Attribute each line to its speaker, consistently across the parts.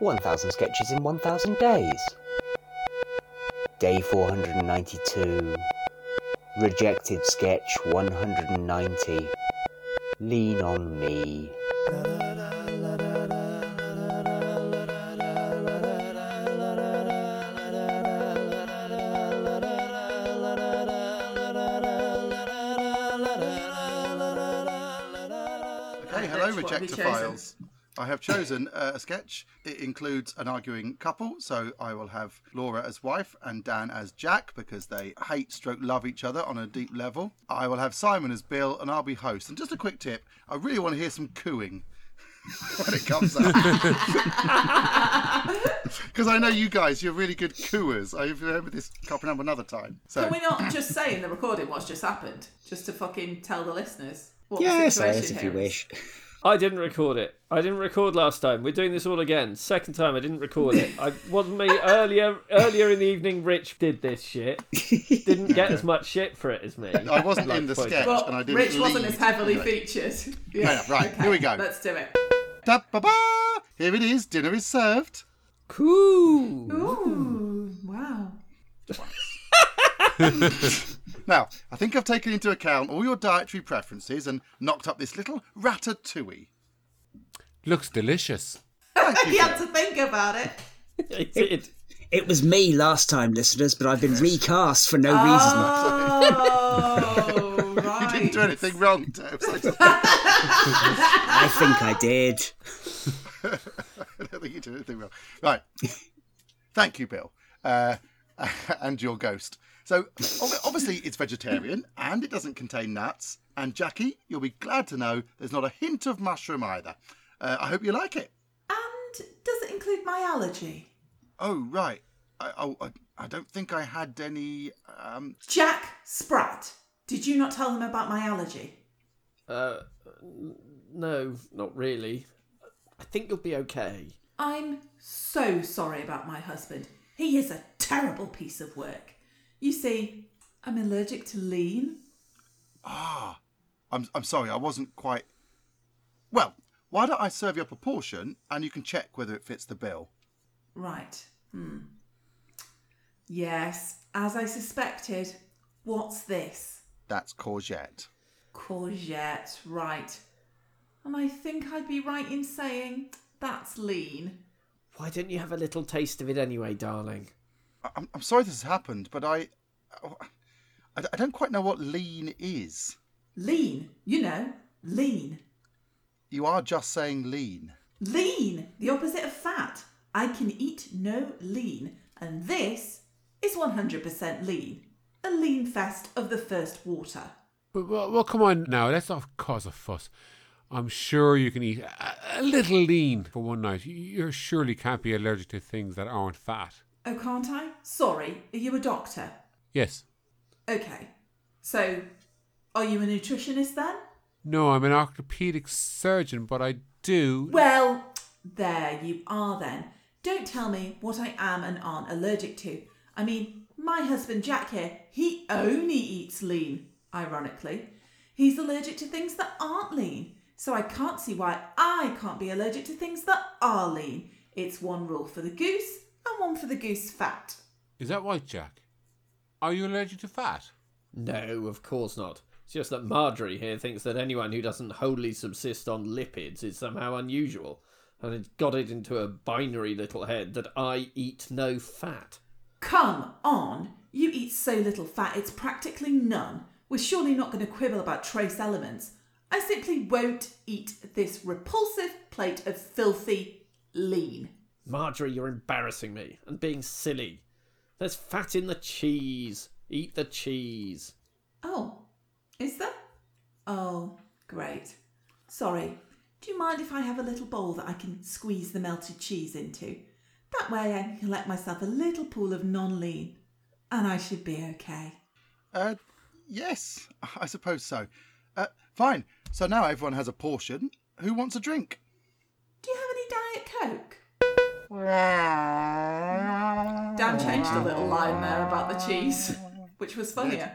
Speaker 1: 1000 Sketches in 1000 Days. Day 492. Rejected Sketch 190. Lean on Me.
Speaker 2: Okay, hello, Rejector Files. I have chosen uh, a sketch. It includes an arguing couple, so I will have Laura as wife and Dan as Jack because they hate stroke love each other on a deep level. I will have Simon as Bill and I'll be host. And just a quick tip I really want to hear some cooing when it comes up. Because I know you guys, you're really good cooers. I remember this couple number another time. So
Speaker 3: Can we not just say in the recording what's just happened? Just to fucking tell the listeners what the
Speaker 1: Yes,
Speaker 3: situation
Speaker 1: if
Speaker 3: here
Speaker 1: you
Speaker 3: is.
Speaker 1: wish.
Speaker 4: I didn't record it. I didn't record last time. We're doing this all again. Second time I didn't record it. I wasn't me earlier earlier in the evening Rich did this shit. Didn't get as much shit for it as me.
Speaker 2: I wasn't in the
Speaker 4: Like,
Speaker 2: sketch
Speaker 3: But
Speaker 2: and I didn't
Speaker 3: Rich wasn't as
Speaker 2: lead.
Speaker 3: heavily
Speaker 2: Anyway.
Speaker 3: featured. Yeah.
Speaker 2: Fair enough, right, here we go.
Speaker 3: Let's do it.
Speaker 2: Da-ba-ba! Here it is. Dinner is served.
Speaker 4: Cool.
Speaker 3: Ooh, wow.
Speaker 2: Now, I think I've taken into account all your dietary preferences and knocked up this little ratatouille.
Speaker 5: Looks delicious.
Speaker 3: He had to think about it.
Speaker 4: I did.
Speaker 6: It was me last time, listeners, but I've been recast for no
Speaker 3: Ah.
Speaker 6: reason.
Speaker 3: Oh, right.
Speaker 2: You didn't do anything wrong, Dave. So I don't
Speaker 6: I think I did.
Speaker 2: think you did anything wrong. Right. Thank you, Bill, uh, and your ghost. So ob- obviously it's vegetarian and it doesn't contain nuts. And Jackie, you'll be glad to know there's not a hint of mushroom either. Uh, I hope you like it.
Speaker 3: And does it include my allergy?
Speaker 2: Oh right. I, oh, I, I don't think I had any. Um,
Speaker 3: Jack Sprat, did you not tell them about my allergy?
Speaker 4: Uh, no, not really. I think you'll be okay.
Speaker 3: I'm so sorry about my husband. He is a terrible piece of work. You see, I'm allergic to lean.
Speaker 2: Ah, I'm, I'm sorry, I wasn't quite. Well, why don't I serve you up a portion and you can check whether it fits the bill?
Speaker 3: Right. Hmm. Yes, as I suspected. What's this?
Speaker 2: That's courgette.
Speaker 3: Courgette, right. And I think I'd be right in saying that's lean.
Speaker 4: Why didn't you have a little taste of it anyway, darling?
Speaker 2: I- I'm, I'm sorry this has happened, but I, I, I don't quite know what lean is.
Speaker 3: Lean, you know, lean.
Speaker 2: You are just saying lean.
Speaker 3: Lean, the opposite of fat. I can eat no lean, and this is 100% lean. A lean fest of the first water.
Speaker 5: But well, well, come on now. Let's not cause a fuss. I'm sure you can eat a, a little lean for one night. You- You surely can't be allergic to things that aren't fat.
Speaker 3: Oh, can't I? Sorry, are you a doctor?
Speaker 5: Yes.
Speaker 3: Okay, so are you a nutritionist then?
Speaker 5: No, I'm an orthopedic surgeon, but I do.
Speaker 3: Well, there you are then. Don't tell me what I am and aren't allergic to. I mean, my husband Jack here, he only eats lean, ironically. He's allergic to things that aren't lean, so I can't see why I can't be allergic to things that are lean. It's one rule for the goose and one for the goose fat.
Speaker 5: Is that right, Jack? Are you allergic to fat?
Speaker 4: No, of course not. It's just that Marjorie here thinks that anyone who doesn't wholly subsist on lipids is somehow unusual, and has got it into a binary little head that I eat no fat.
Speaker 3: Come on, you eat so little fat, it's practically none. We're surely not going to quibble about trace elements. I simply won't eat this repulsive plate of filthy lean.
Speaker 4: Marjorie, you're embarrassing me and being silly. There's fat in the cheese. Eat the cheese.
Speaker 3: Oh, is there? Oh, great. Sorry, do you mind if I have a little bowl that I can squeeze the melted cheese into? That way I can let myself a little pool of non lean, and I should be okay.
Speaker 2: Uh, yes, I suppose so. Uh, fine. So now everyone has a portion. Who wants a drink?
Speaker 3: Do you have any Diet Coke? Dan changed a little line there about the cheese, which was funnier.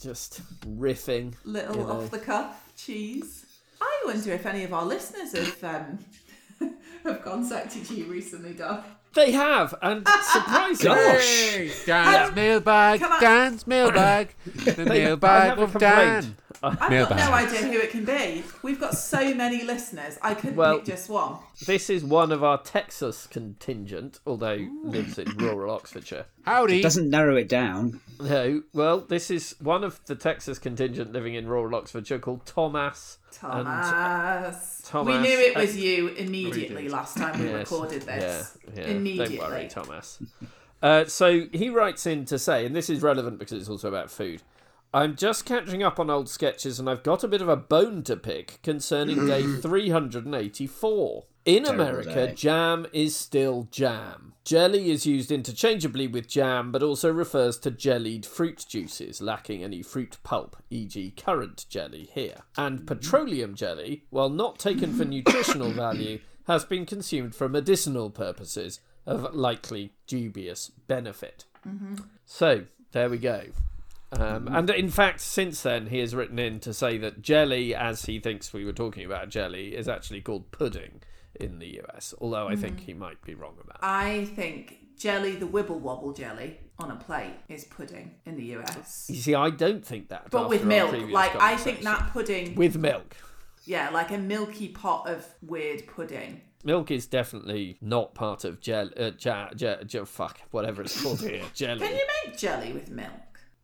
Speaker 4: Just riffing.
Speaker 3: Little
Speaker 4: you know.
Speaker 3: off the cuff cheese. I wonder if any of our listeners have um, have contacted you recently, Doug.
Speaker 4: They have, and surprisingly,
Speaker 6: Gosh.
Speaker 5: Hey, Dan's mailbag,
Speaker 3: Come on.
Speaker 5: Dan's mailbag, the
Speaker 4: they- I
Speaker 5: mailbag
Speaker 4: have a
Speaker 5: of
Speaker 4: complaint.
Speaker 5: Dan.
Speaker 3: I've got
Speaker 5: Mailbag.
Speaker 3: no idea who it can be. We've got so many listeners. I couldn't
Speaker 4: Well-
Speaker 3: pick just one.
Speaker 4: This is one of our Texas contingent, although lives in rural Oxfordshire.
Speaker 5: Howdy.
Speaker 6: Doesn't narrow it down.
Speaker 4: No, well, this is one of the Texas contingent living in rural Oxfordshire called Thomas.
Speaker 3: Thomas. Uh, We
Speaker 4: Thomas.
Speaker 3: knew it was you immediately
Speaker 2: did.
Speaker 3: last time we
Speaker 4: Yes,
Speaker 3: recorded this.
Speaker 4: Yeah, yeah.
Speaker 3: Immediately.
Speaker 4: Don't worry, Thomas. Uh, so he writes in to say, and this is relevant because it's also about food. I'm just catching up on old sketches, and I've got a bit of a bone to pick concerning day 384. In America,
Speaker 6: day.
Speaker 4: jam is still jam. Jelly is used interchangeably with jam, but also refers to jellied fruit juices, lacking any fruit pulp, e.g., currant jelly here. And petroleum jelly, while not taken for nutritional value, has been consumed for medicinal purposes of likely dubious benefit. So, there we go. Um, and in fact, since then, he has written in to say that jelly, as he thinks we were talking about jelly, is actually called pudding in the US, although I
Speaker 3: Mm.
Speaker 4: think he might be wrong about that.
Speaker 3: I think jelly, the wibble wobble jelly on a plate, is pudding in the US.
Speaker 4: You see, I don't think that.
Speaker 3: But with
Speaker 4: after our
Speaker 3: milk.
Speaker 4: previous
Speaker 3: Like, I think
Speaker 4: conversation.
Speaker 3: that pudding,
Speaker 4: With milk.
Speaker 3: yeah, like a milky pot of weird pudding.
Speaker 4: Milk is definitely not part of gel, uh, ja, ja, ja, fuck, whatever it's called here, jelly.
Speaker 3: Can you make jelly with milk?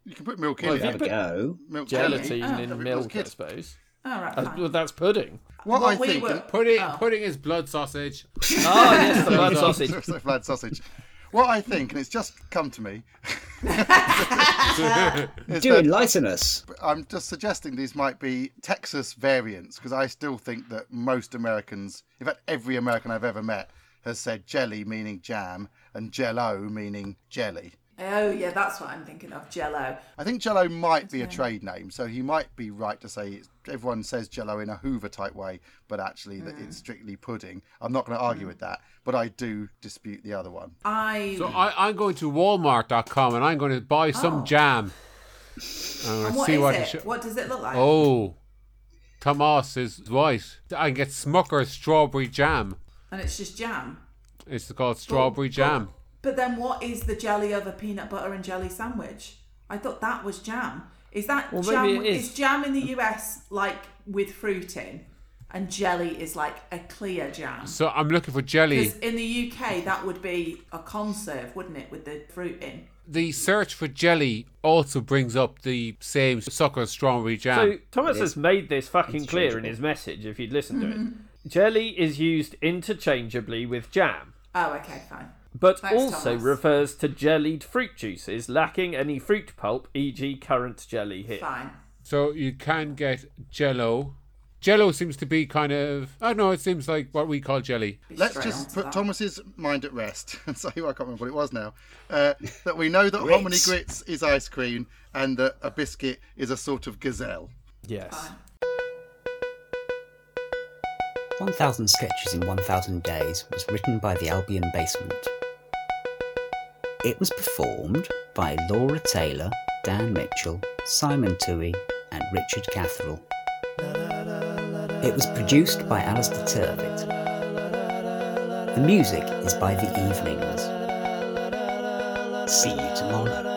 Speaker 2: You can put milk
Speaker 4: Well,
Speaker 2: in
Speaker 4: if you
Speaker 2: it.
Speaker 6: Have a
Speaker 4: But-
Speaker 6: go.
Speaker 2: Milk
Speaker 4: Gelatine
Speaker 3: Oh.
Speaker 4: in
Speaker 2: Every-
Speaker 4: milk, I
Speaker 2: kid.
Speaker 4: suppose.
Speaker 3: All right,
Speaker 4: That's, well,
Speaker 3: fine.
Speaker 4: that's pudding.
Speaker 2: What
Speaker 3: Well,
Speaker 2: I
Speaker 3: we
Speaker 2: think,
Speaker 3: were-
Speaker 5: Pudding,
Speaker 3: Oh.
Speaker 5: pudding is blood sausage.
Speaker 4: Oh, yes, the blood sausage.
Speaker 2: It's like Vlad sausage. What I think, and it's just come to me, is
Speaker 6: Do
Speaker 2: that
Speaker 6: enlighten us.
Speaker 2: I'm just suggesting these might be Texas variants because I still think that most Americans, in fact, every American I've ever met, has said jelly meaning jam and jello meaning jelly.
Speaker 3: Oh, yeah, that's what I'm thinking of jello.
Speaker 2: I think Jello might be a trade name, so he might be right to say it's, everyone says Jello in a Hoover type way, but actually that it's strictly pudding. I'm not going to argue with that, but I do dispute the other one.
Speaker 3: I.
Speaker 5: So I, I'm going to Walmart.com and I'm going to buy some
Speaker 3: Oh.
Speaker 5: jam. I'm going
Speaker 3: and
Speaker 5: to
Speaker 3: what
Speaker 5: see
Speaker 3: is
Speaker 5: what
Speaker 3: it?
Speaker 5: it sho-
Speaker 3: What does it look like?
Speaker 5: Oh, Tomas is white. I can get Smucker's strawberry jam.
Speaker 3: And it's just jam.
Speaker 5: It's called
Speaker 3: Oh,
Speaker 5: strawberry jam.
Speaker 3: But then what is the jelly of a peanut butter and jelly sandwich? I thought that was jam. Is that
Speaker 4: Well,
Speaker 3: jam?
Speaker 4: maybe it
Speaker 3: is.
Speaker 4: is.
Speaker 3: jam in the US like with fruit in, and jelly is like a clear jam?
Speaker 5: So I'm looking for jelly.
Speaker 3: Because in the UK that would be a conserve, wouldn't it, with the fruit in?
Speaker 5: The search for jelly also brings up the same Smucker's strawberry jam.
Speaker 4: So Thomas has made this fucking clear in his message. If you'd listened to it, jelly is used interchangeably with jam,
Speaker 3: Oh, okay, fine.
Speaker 4: but
Speaker 3: Thanks,
Speaker 4: also
Speaker 3: Thomas.
Speaker 4: refers to jellied fruit juices lacking any fruit pulp, e.g., currant jelly here.
Speaker 3: Fine.
Speaker 5: So you can get Jello. Jello seems to be kind of I don't know. It seems like what we call jelly.
Speaker 3: Be
Speaker 2: Let's
Speaker 3: straight
Speaker 2: just
Speaker 3: onto
Speaker 2: put
Speaker 3: that.
Speaker 2: Thomas's mind at rest and say, well, I can't remember what it was now, uh, that we know that hominy grits is ice cream and that a biscuit is a sort of gazelle.
Speaker 4: Yes.
Speaker 1: 1000 Sketches in 1000 Days was written by the Albion Basement. It was performed by Laura Taylor, Dan Mitchell, Simon Toohey, and Richard Catherall. It was produced by Alistair Turvitt. The music is by The Evenings. See you tomorrow.